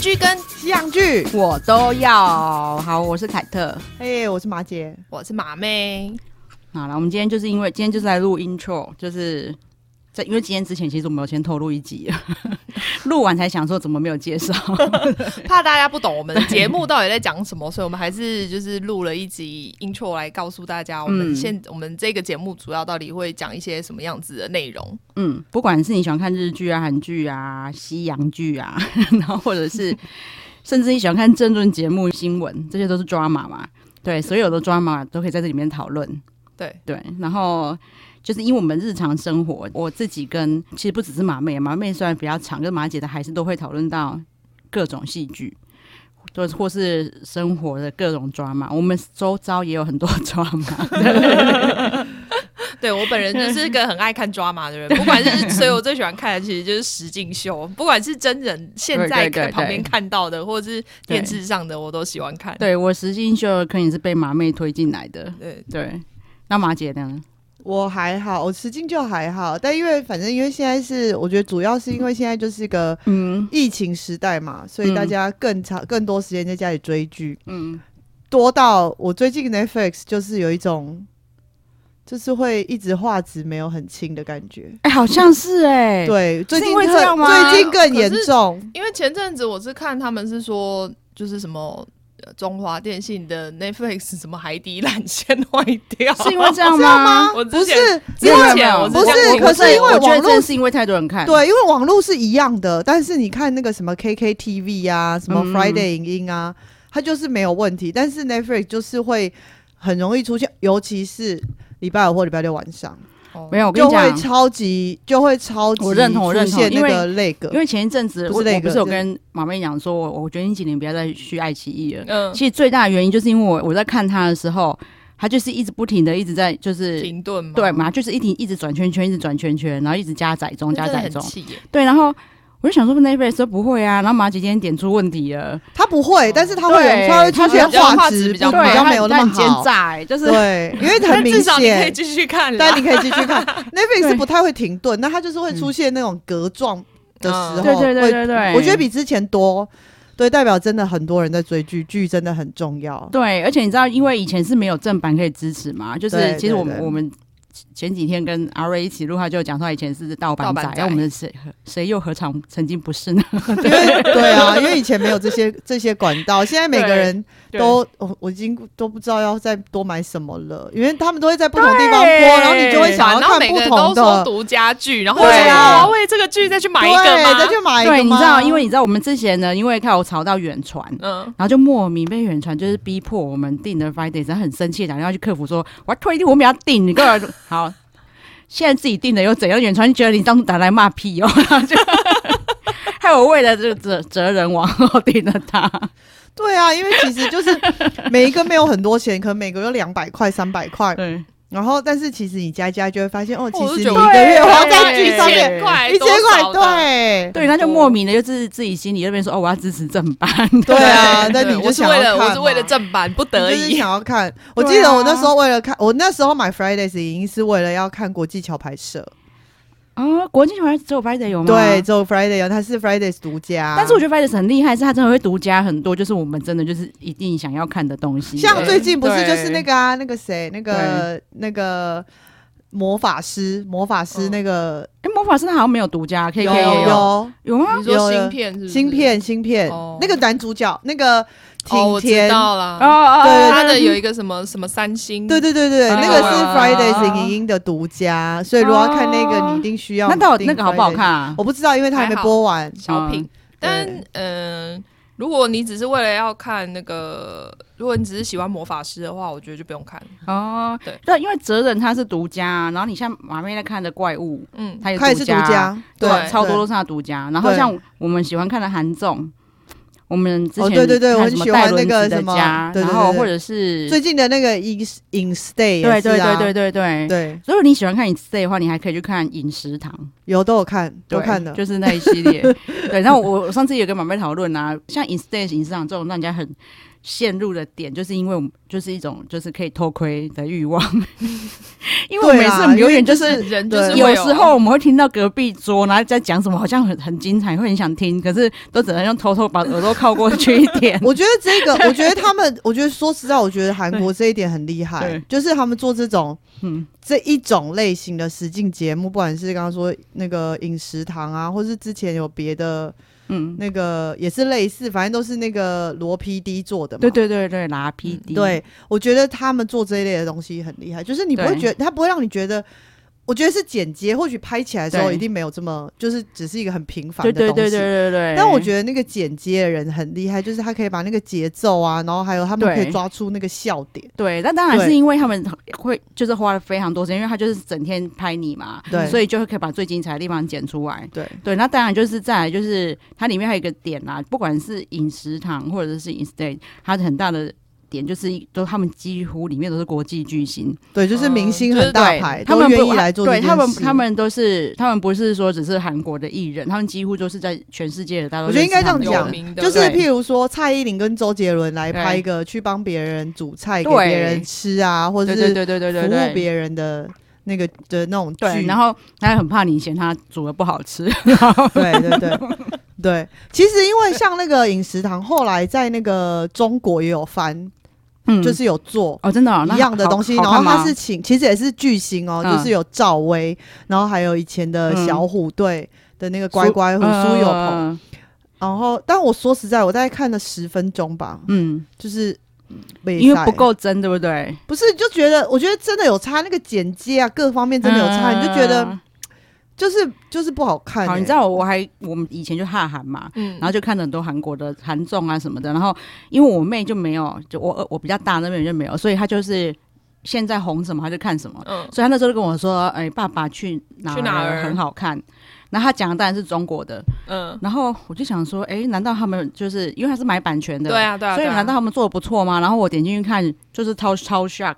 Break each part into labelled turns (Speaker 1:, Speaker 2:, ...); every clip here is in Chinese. Speaker 1: 剧跟
Speaker 2: 西洋剧，
Speaker 3: 我都要。好，我是凯特。
Speaker 2: 嘿、哎我是马姐，
Speaker 1: 我是马妹，
Speaker 3: 好了，我们今天就是因为今天就是来录 intro，就是在因为今天之前其实我们有先透露一集 了，录完才想说怎么没有介绍。
Speaker 1: 怕大家不懂我们的节目到底在讲什么，所以我们还是就是录了一集 intro 来告诉大家，我们
Speaker 3: 嗯
Speaker 1: 现、我们这个节目主要到底会讲一些什么样子的内容。
Speaker 3: 嗯，不管是你喜欢看日剧啊、韩剧啊、西洋剧啊， 然后或者是甚至你喜欢看政论节目、新闻，这些都是 drama 嘛。对，所有的 drama 都可以在这里面讨论。
Speaker 1: 对
Speaker 3: 对，然后就是因为我们日常生活，我自己跟其实不只是马妹，马妹虽然比较长，跟马姐的还是都会讨论到各种戏剧。或或是生活的各种 drama，我们周遭也有很多 drama，
Speaker 1: 对我本人就是个很爱看 drama 的 人，不管是所以我最喜欢看的其实就是实境秀，不管是真人现在
Speaker 3: 对对对
Speaker 1: 看
Speaker 3: 对
Speaker 1: 旁边看到的，或者是电视上的，我都喜欢看。
Speaker 3: 对我实境秀可能也是被马妹推进来的，
Speaker 1: 对
Speaker 3: 对，那马姐呢？
Speaker 2: 我还好，我吃进就还好，但因为反正因为现在是，我觉得主要是因为现在就是一个
Speaker 3: 嗯
Speaker 2: 疫情时代嘛，所以大家更长、更多时间在家里追剧，
Speaker 3: 嗯，
Speaker 2: 多到我最近 Netflix 就是有一种，就是会一直画质没有很清的感觉。
Speaker 3: 哎、好像是哎、，
Speaker 2: 对，最近
Speaker 3: 因为
Speaker 2: 特
Speaker 3: 这样吗
Speaker 2: 最近更严重，
Speaker 1: 因为前阵子我是看他们是说，就是什么。呃中华电信的 Netflix 什么海底缆线坏掉，
Speaker 3: 是因为哦这样
Speaker 2: 这样吗
Speaker 3: 吗？
Speaker 1: 我
Speaker 2: 不
Speaker 1: 之前
Speaker 2: 是
Speaker 1: 之
Speaker 2: 因为
Speaker 1: 前我
Speaker 2: 不是
Speaker 1: 这样
Speaker 2: 可是因为
Speaker 3: 我觉
Speaker 2: 网
Speaker 3: 得
Speaker 2: 络
Speaker 3: 真是因为太多人看，，
Speaker 2: 对，因为网络是一样的，但是你看那个什么 KKTV 啊，什么
Speaker 3: 嗯
Speaker 2: Friday 影音啊，它就是没有问题，但是 Netflix 就是会很容易出现，尤其是礼拜五或礼拜六晚上，
Speaker 1: 哦
Speaker 3: 没有，我跟
Speaker 2: 就
Speaker 3: 你
Speaker 2: 会
Speaker 3: 讲，
Speaker 2: 超级就会超级
Speaker 3: 我认同我认同
Speaker 2: 出现那
Speaker 3: 因为
Speaker 2: 个那个
Speaker 3: 因为前一阵子
Speaker 2: 不
Speaker 3: 我
Speaker 2: 是
Speaker 3: 我
Speaker 2: 那
Speaker 3: 不
Speaker 2: 个
Speaker 3: 是有
Speaker 2: 就
Speaker 3: 跟马妹讲说，我我觉得你几年不要再去爱奇艺了。
Speaker 1: 嗯，
Speaker 3: 其实最大的原因就是因为我我在看他的时候，他就是一直不停的一直在就是。
Speaker 1: 停顿嘛，
Speaker 3: 对嘛，就是一直一直转圈圈，一直转圈圈，然后一直加载中，
Speaker 1: 真
Speaker 3: 加
Speaker 1: 的
Speaker 3: 载
Speaker 1: 很
Speaker 3: 中。
Speaker 1: 气耶，
Speaker 3: 对，然后我就想说 Netflix 说不会啊，然后马姐今天点出问题了，
Speaker 2: 它不会，但是它会
Speaker 3: 对
Speaker 2: 有它会出现
Speaker 1: 它比较
Speaker 2: 画
Speaker 1: 画质
Speaker 2: 质
Speaker 1: 比较
Speaker 2: 不
Speaker 1: 慢
Speaker 2: 比
Speaker 3: 对，
Speaker 2: 较
Speaker 3: 它
Speaker 2: 没有那
Speaker 3: 它
Speaker 2: 么
Speaker 3: 很奸
Speaker 2: 好，
Speaker 3: 诈，欸就是
Speaker 2: 对，因为 很
Speaker 1: 但
Speaker 2: 明
Speaker 1: 至少你可以
Speaker 2: 显。
Speaker 1: 继续看啦
Speaker 2: 但你可以继续看 Netflix 是
Speaker 3: 啊对
Speaker 2: 不太会停顿，那它就是会出现那种格状的
Speaker 1: 嗯
Speaker 2: 时候，
Speaker 3: 对对对
Speaker 2: 会
Speaker 3: 对对，
Speaker 2: 我觉得比之前多，对，代表真的很多人在追剧，剧真的很重 要。
Speaker 3: 对，而且你知道，因为以前是没有正版可以支持嘛，就是
Speaker 2: 对
Speaker 3: 其实我们
Speaker 2: 对对
Speaker 3: 我们前几天跟阿瑞一起录，他就有讲说他以前是盗版
Speaker 1: 盗
Speaker 3: 仔哎
Speaker 1: 版，仔
Speaker 3: 那我们谁谁又何尝曾经不是呢？
Speaker 2: 因为对啊， 因为以前没有这些这些管道，现在每个人都我我已经都不知道要再多买什么了，因为他们都会在不同地方播，
Speaker 3: 对
Speaker 2: 然后你就会想
Speaker 1: 然
Speaker 2: 要
Speaker 1: 后
Speaker 2: 看
Speaker 1: 每
Speaker 2: 不
Speaker 1: 个人
Speaker 2: 同
Speaker 1: 都说
Speaker 2: 的，
Speaker 1: 独家剧，然后
Speaker 2: 对
Speaker 1: 我想说
Speaker 2: 啊
Speaker 1: 我要为这个剧再去买一个
Speaker 2: 对，
Speaker 1: 吗
Speaker 2: 再？去买一个
Speaker 3: 对，你
Speaker 2: 吗
Speaker 3: 知道，因为你知道我们之前呢，因为看我吵到远传。
Speaker 1: 嗯，
Speaker 3: 然后就莫名被远传就是逼迫我们订的 Friday，然后很生气，打电话去客服说我要退订，我们要订，你给我 好。现在自己订的又怎样？远传就觉得你当打来骂屁哦， 然后就害我为了这个哲哲人王后订了他。
Speaker 2: 对啊，因为其实就是每一个没有很多钱，可能每个有两百块、三百块，
Speaker 3: 对，
Speaker 2: 然后但是其实你加一加就会发现，哦，其
Speaker 1: 我就
Speaker 2: 实
Speaker 1: 觉
Speaker 2: 你
Speaker 1: 得
Speaker 2: 一个月花
Speaker 1: 对
Speaker 2: 在剧上
Speaker 1: 一
Speaker 2: 面
Speaker 1: 千块，
Speaker 2: 一千块，
Speaker 1: 多少的。
Speaker 2: 对
Speaker 3: 对，他就莫名的就是自己心里那边说，哦，我要支持正 版。
Speaker 2: 对啊，那
Speaker 1: 对
Speaker 2: 你就
Speaker 1: 我是
Speaker 2: 想
Speaker 1: 为
Speaker 2: 要
Speaker 1: 了
Speaker 2: 看
Speaker 1: 我是为了
Speaker 2: 嘛
Speaker 1: 正版不得
Speaker 2: 就是
Speaker 1: 已，
Speaker 2: 想要看。我
Speaker 3: 对
Speaker 2: 记得
Speaker 3: 啊
Speaker 2: 我那时候为了看，我那时候买 Fridays 影音是为了要看国际桥牌社，
Speaker 3: 啊，国际团只有 Friday 嗯有吗？
Speaker 2: 对，。只有 Friday 它是 Fridays 独家。
Speaker 3: 但是我觉得 Friday 很厉害，是他真的会独家很多，就是我们真的就是一定想要看的东西。
Speaker 2: 像最近不是
Speaker 3: 对
Speaker 2: 就是那个啊，那个谁，那个那个魔法师，魔法师
Speaker 1: 嗯
Speaker 2: 那个
Speaker 3: 哎，魔法师他好像没有独家，K 哦 K
Speaker 2: 有
Speaker 3: 也
Speaker 2: 有
Speaker 3: 有吗？
Speaker 1: 你说芯片是不是
Speaker 2: 芯片芯片
Speaker 1: 哦
Speaker 2: 那个男主角那个
Speaker 1: 哦，
Speaker 2: 挺
Speaker 1: 我
Speaker 2: 甜
Speaker 1: 知，道啦，
Speaker 3: 哦
Speaker 2: 对
Speaker 1: 他的有一个什么什么三星，
Speaker 2: 对对对对，
Speaker 3: 啊
Speaker 2: 那个是
Speaker 1: 啊
Speaker 2: Fridays 影音的独家，所以如果要看那个，
Speaker 3: 啊
Speaker 2: 你一定需要
Speaker 3: 那到
Speaker 2: 订
Speaker 3: 底那个好不好
Speaker 2: Fridays
Speaker 3: 看？啊？
Speaker 2: 我不知道，因为他还没
Speaker 1: 还好
Speaker 2: 播完。
Speaker 1: 小品
Speaker 3: 嗯。
Speaker 1: 但
Speaker 2: 对
Speaker 1: 嗯、呃如果你只是为了要看那个，如果你只是喜欢魔法师的话，我觉得就不用看。
Speaker 3: 哦，
Speaker 1: 对
Speaker 3: 对，因为哲人他是独家，然后你像马妹在看的怪物，
Speaker 1: 嗯，
Speaker 3: 他也
Speaker 2: 他也是独家，
Speaker 1: 对
Speaker 3: 超多都是他独家。然后
Speaker 2: 对
Speaker 3: 像我们喜欢看的韩综，我们之前、
Speaker 2: 哦对对对我很
Speaker 3: 什么
Speaker 2: 喜欢
Speaker 3: 带轮
Speaker 2: 那个
Speaker 3: 子的
Speaker 2: 什么
Speaker 3: 家，
Speaker 2: 对对
Speaker 3: 然后
Speaker 2: 对
Speaker 3: 或者是
Speaker 2: 最近的那个 in in stay，
Speaker 3: 对对对对
Speaker 2: 对
Speaker 3: 对对。
Speaker 2: 对，
Speaker 3: 如果你喜欢看影 stay 的话，你还可以去看《饮食堂》，
Speaker 2: 有都有看，都
Speaker 3: 对
Speaker 2: 看的。
Speaker 3: 就 是那一系列。对，然后我我上次也跟马妹讨论啊，像《饮 stay》《饮食堂》这种让人家很陷入的点，就是因为我们就是一种就是可以偷窥的欲望， 因为我
Speaker 2: 对
Speaker 3: 每次
Speaker 2: 啦
Speaker 3: 我们
Speaker 2: 因
Speaker 3: 永
Speaker 2: 为
Speaker 3: 远就
Speaker 2: 就是是。
Speaker 1: 人就是
Speaker 3: 有
Speaker 1: 会
Speaker 3: 时候我们会听到隔壁桌，然后在讲什么，好像很很精彩，会很想听，可是都只能用偷偷把耳朵靠过去一点
Speaker 2: 我觉得这个，我觉得他们，我觉得说实在，我觉得韩国这一点很厉害
Speaker 3: 对，
Speaker 2: 就是他们做这种
Speaker 3: 嗯，
Speaker 2: 这一种类型的实境节目，不管是刚刚说那个饮食堂啊，或是之前有别的
Speaker 3: 嗯，
Speaker 2: 那个也是类似，反正都是那个罗 PD 做的嘛。
Speaker 3: 对对对对，拿 PD，、，
Speaker 2: 嗯对，我觉得他们做这一类的东西很厉害，就是你不会
Speaker 3: 对
Speaker 2: 觉得他不会让你觉得。我觉得是剪接，或许拍起来的时候
Speaker 3: 对
Speaker 2: 一定没有这么，就是只是一个很平凡
Speaker 3: 对
Speaker 2: 的东
Speaker 3: 对
Speaker 2: 西。
Speaker 3: 对对对对。
Speaker 2: 但我觉得那个剪接的人很厉害，就是他可以把那个节奏啊，然后还有他们可以
Speaker 3: 对
Speaker 2: 抓出那个笑点。
Speaker 3: 对，那当然是
Speaker 2: 对
Speaker 3: 因为他们会就是花了非常多时间，因为他就是整天拍你嘛，
Speaker 2: 对
Speaker 3: 所以就会可以把最精彩的地方剪出来。
Speaker 2: 对
Speaker 3: 对，那当然就是再来就是它里面还有一个点啦、不管是饮食堂或者是 instead，它很大的点就是都他们几乎里面都是国际巨星，
Speaker 2: 对，就是明星
Speaker 1: 就是
Speaker 2: 很大
Speaker 3: 嗯对
Speaker 2: 牌，
Speaker 3: 他
Speaker 2: 都
Speaker 3: 们
Speaker 2: 愿
Speaker 3: 不
Speaker 2: 意来做这
Speaker 3: 对
Speaker 2: 件事。
Speaker 3: 他们他们都是他们不是说只是韩国的艺人，他们几乎就是在全世界的大家都
Speaker 2: 我觉得应该这样
Speaker 3: 认识他
Speaker 2: 讲
Speaker 1: 有
Speaker 3: 们
Speaker 1: 名，的
Speaker 2: 就是
Speaker 3: 对
Speaker 2: 譬如说蔡依林跟周杰伦来
Speaker 3: 对
Speaker 2: 拍一个去帮别人煮菜给
Speaker 3: 对
Speaker 2: 别人吃啊，或者
Speaker 3: 对对
Speaker 2: 是
Speaker 3: 对对对
Speaker 2: 服
Speaker 3: 对
Speaker 2: 务
Speaker 3: 对。
Speaker 2: 别人的那个的那种
Speaker 3: 对，
Speaker 2: 剧。
Speaker 3: 然后他很怕你嫌他煮的不好 吃，
Speaker 2: 对对对 对，其实因为像那个饮食堂，后来在那个中国也有翻，
Speaker 3: 嗯，
Speaker 2: 就是有做。
Speaker 3: 哦，真的哦、那
Speaker 2: 一样的
Speaker 3: 好
Speaker 2: 东西，
Speaker 3: 好
Speaker 2: 然后
Speaker 3: 看吗
Speaker 2: 他是请，其实也是巨星哦，
Speaker 3: 嗯
Speaker 2: 就是有赵薇，然后还有以前的小虎队的那个乖乖虎苏有朋，
Speaker 3: 嗯
Speaker 2: 然后但我说实在，我大概看了十分钟吧，
Speaker 3: 嗯，
Speaker 2: 就是没
Speaker 3: 因为
Speaker 2: 嗯赛
Speaker 3: 不，够真，对不对？
Speaker 2: 不是就觉得，我觉得真的有差，那个剪接啊，各方面真的有差，你就觉得就是就是不好看、
Speaker 3: 嗯啊好，
Speaker 2: 欸
Speaker 3: 你知道我还我们以前就哈韩嘛，
Speaker 1: 嗯
Speaker 3: 然后就看了很多韩国的韩综啊什么的，然后因为我妹就没有，就我我比较大那边就没有，所以她就是现在红什么她就看什么，
Speaker 1: 嗯，
Speaker 3: 所以她那时候就跟我说，哎、爸爸去哪
Speaker 1: 去哪儿
Speaker 3: 很好看。然后她讲的当然是中国的，
Speaker 1: 嗯，
Speaker 3: 然后我就想说，哎，难道他们就是因为他是买版权的，
Speaker 1: 对啊，对啊，
Speaker 3: 所以
Speaker 1: 对啊
Speaker 3: 难道他们做的不错吗？然后我点进去看，就是超超 shock，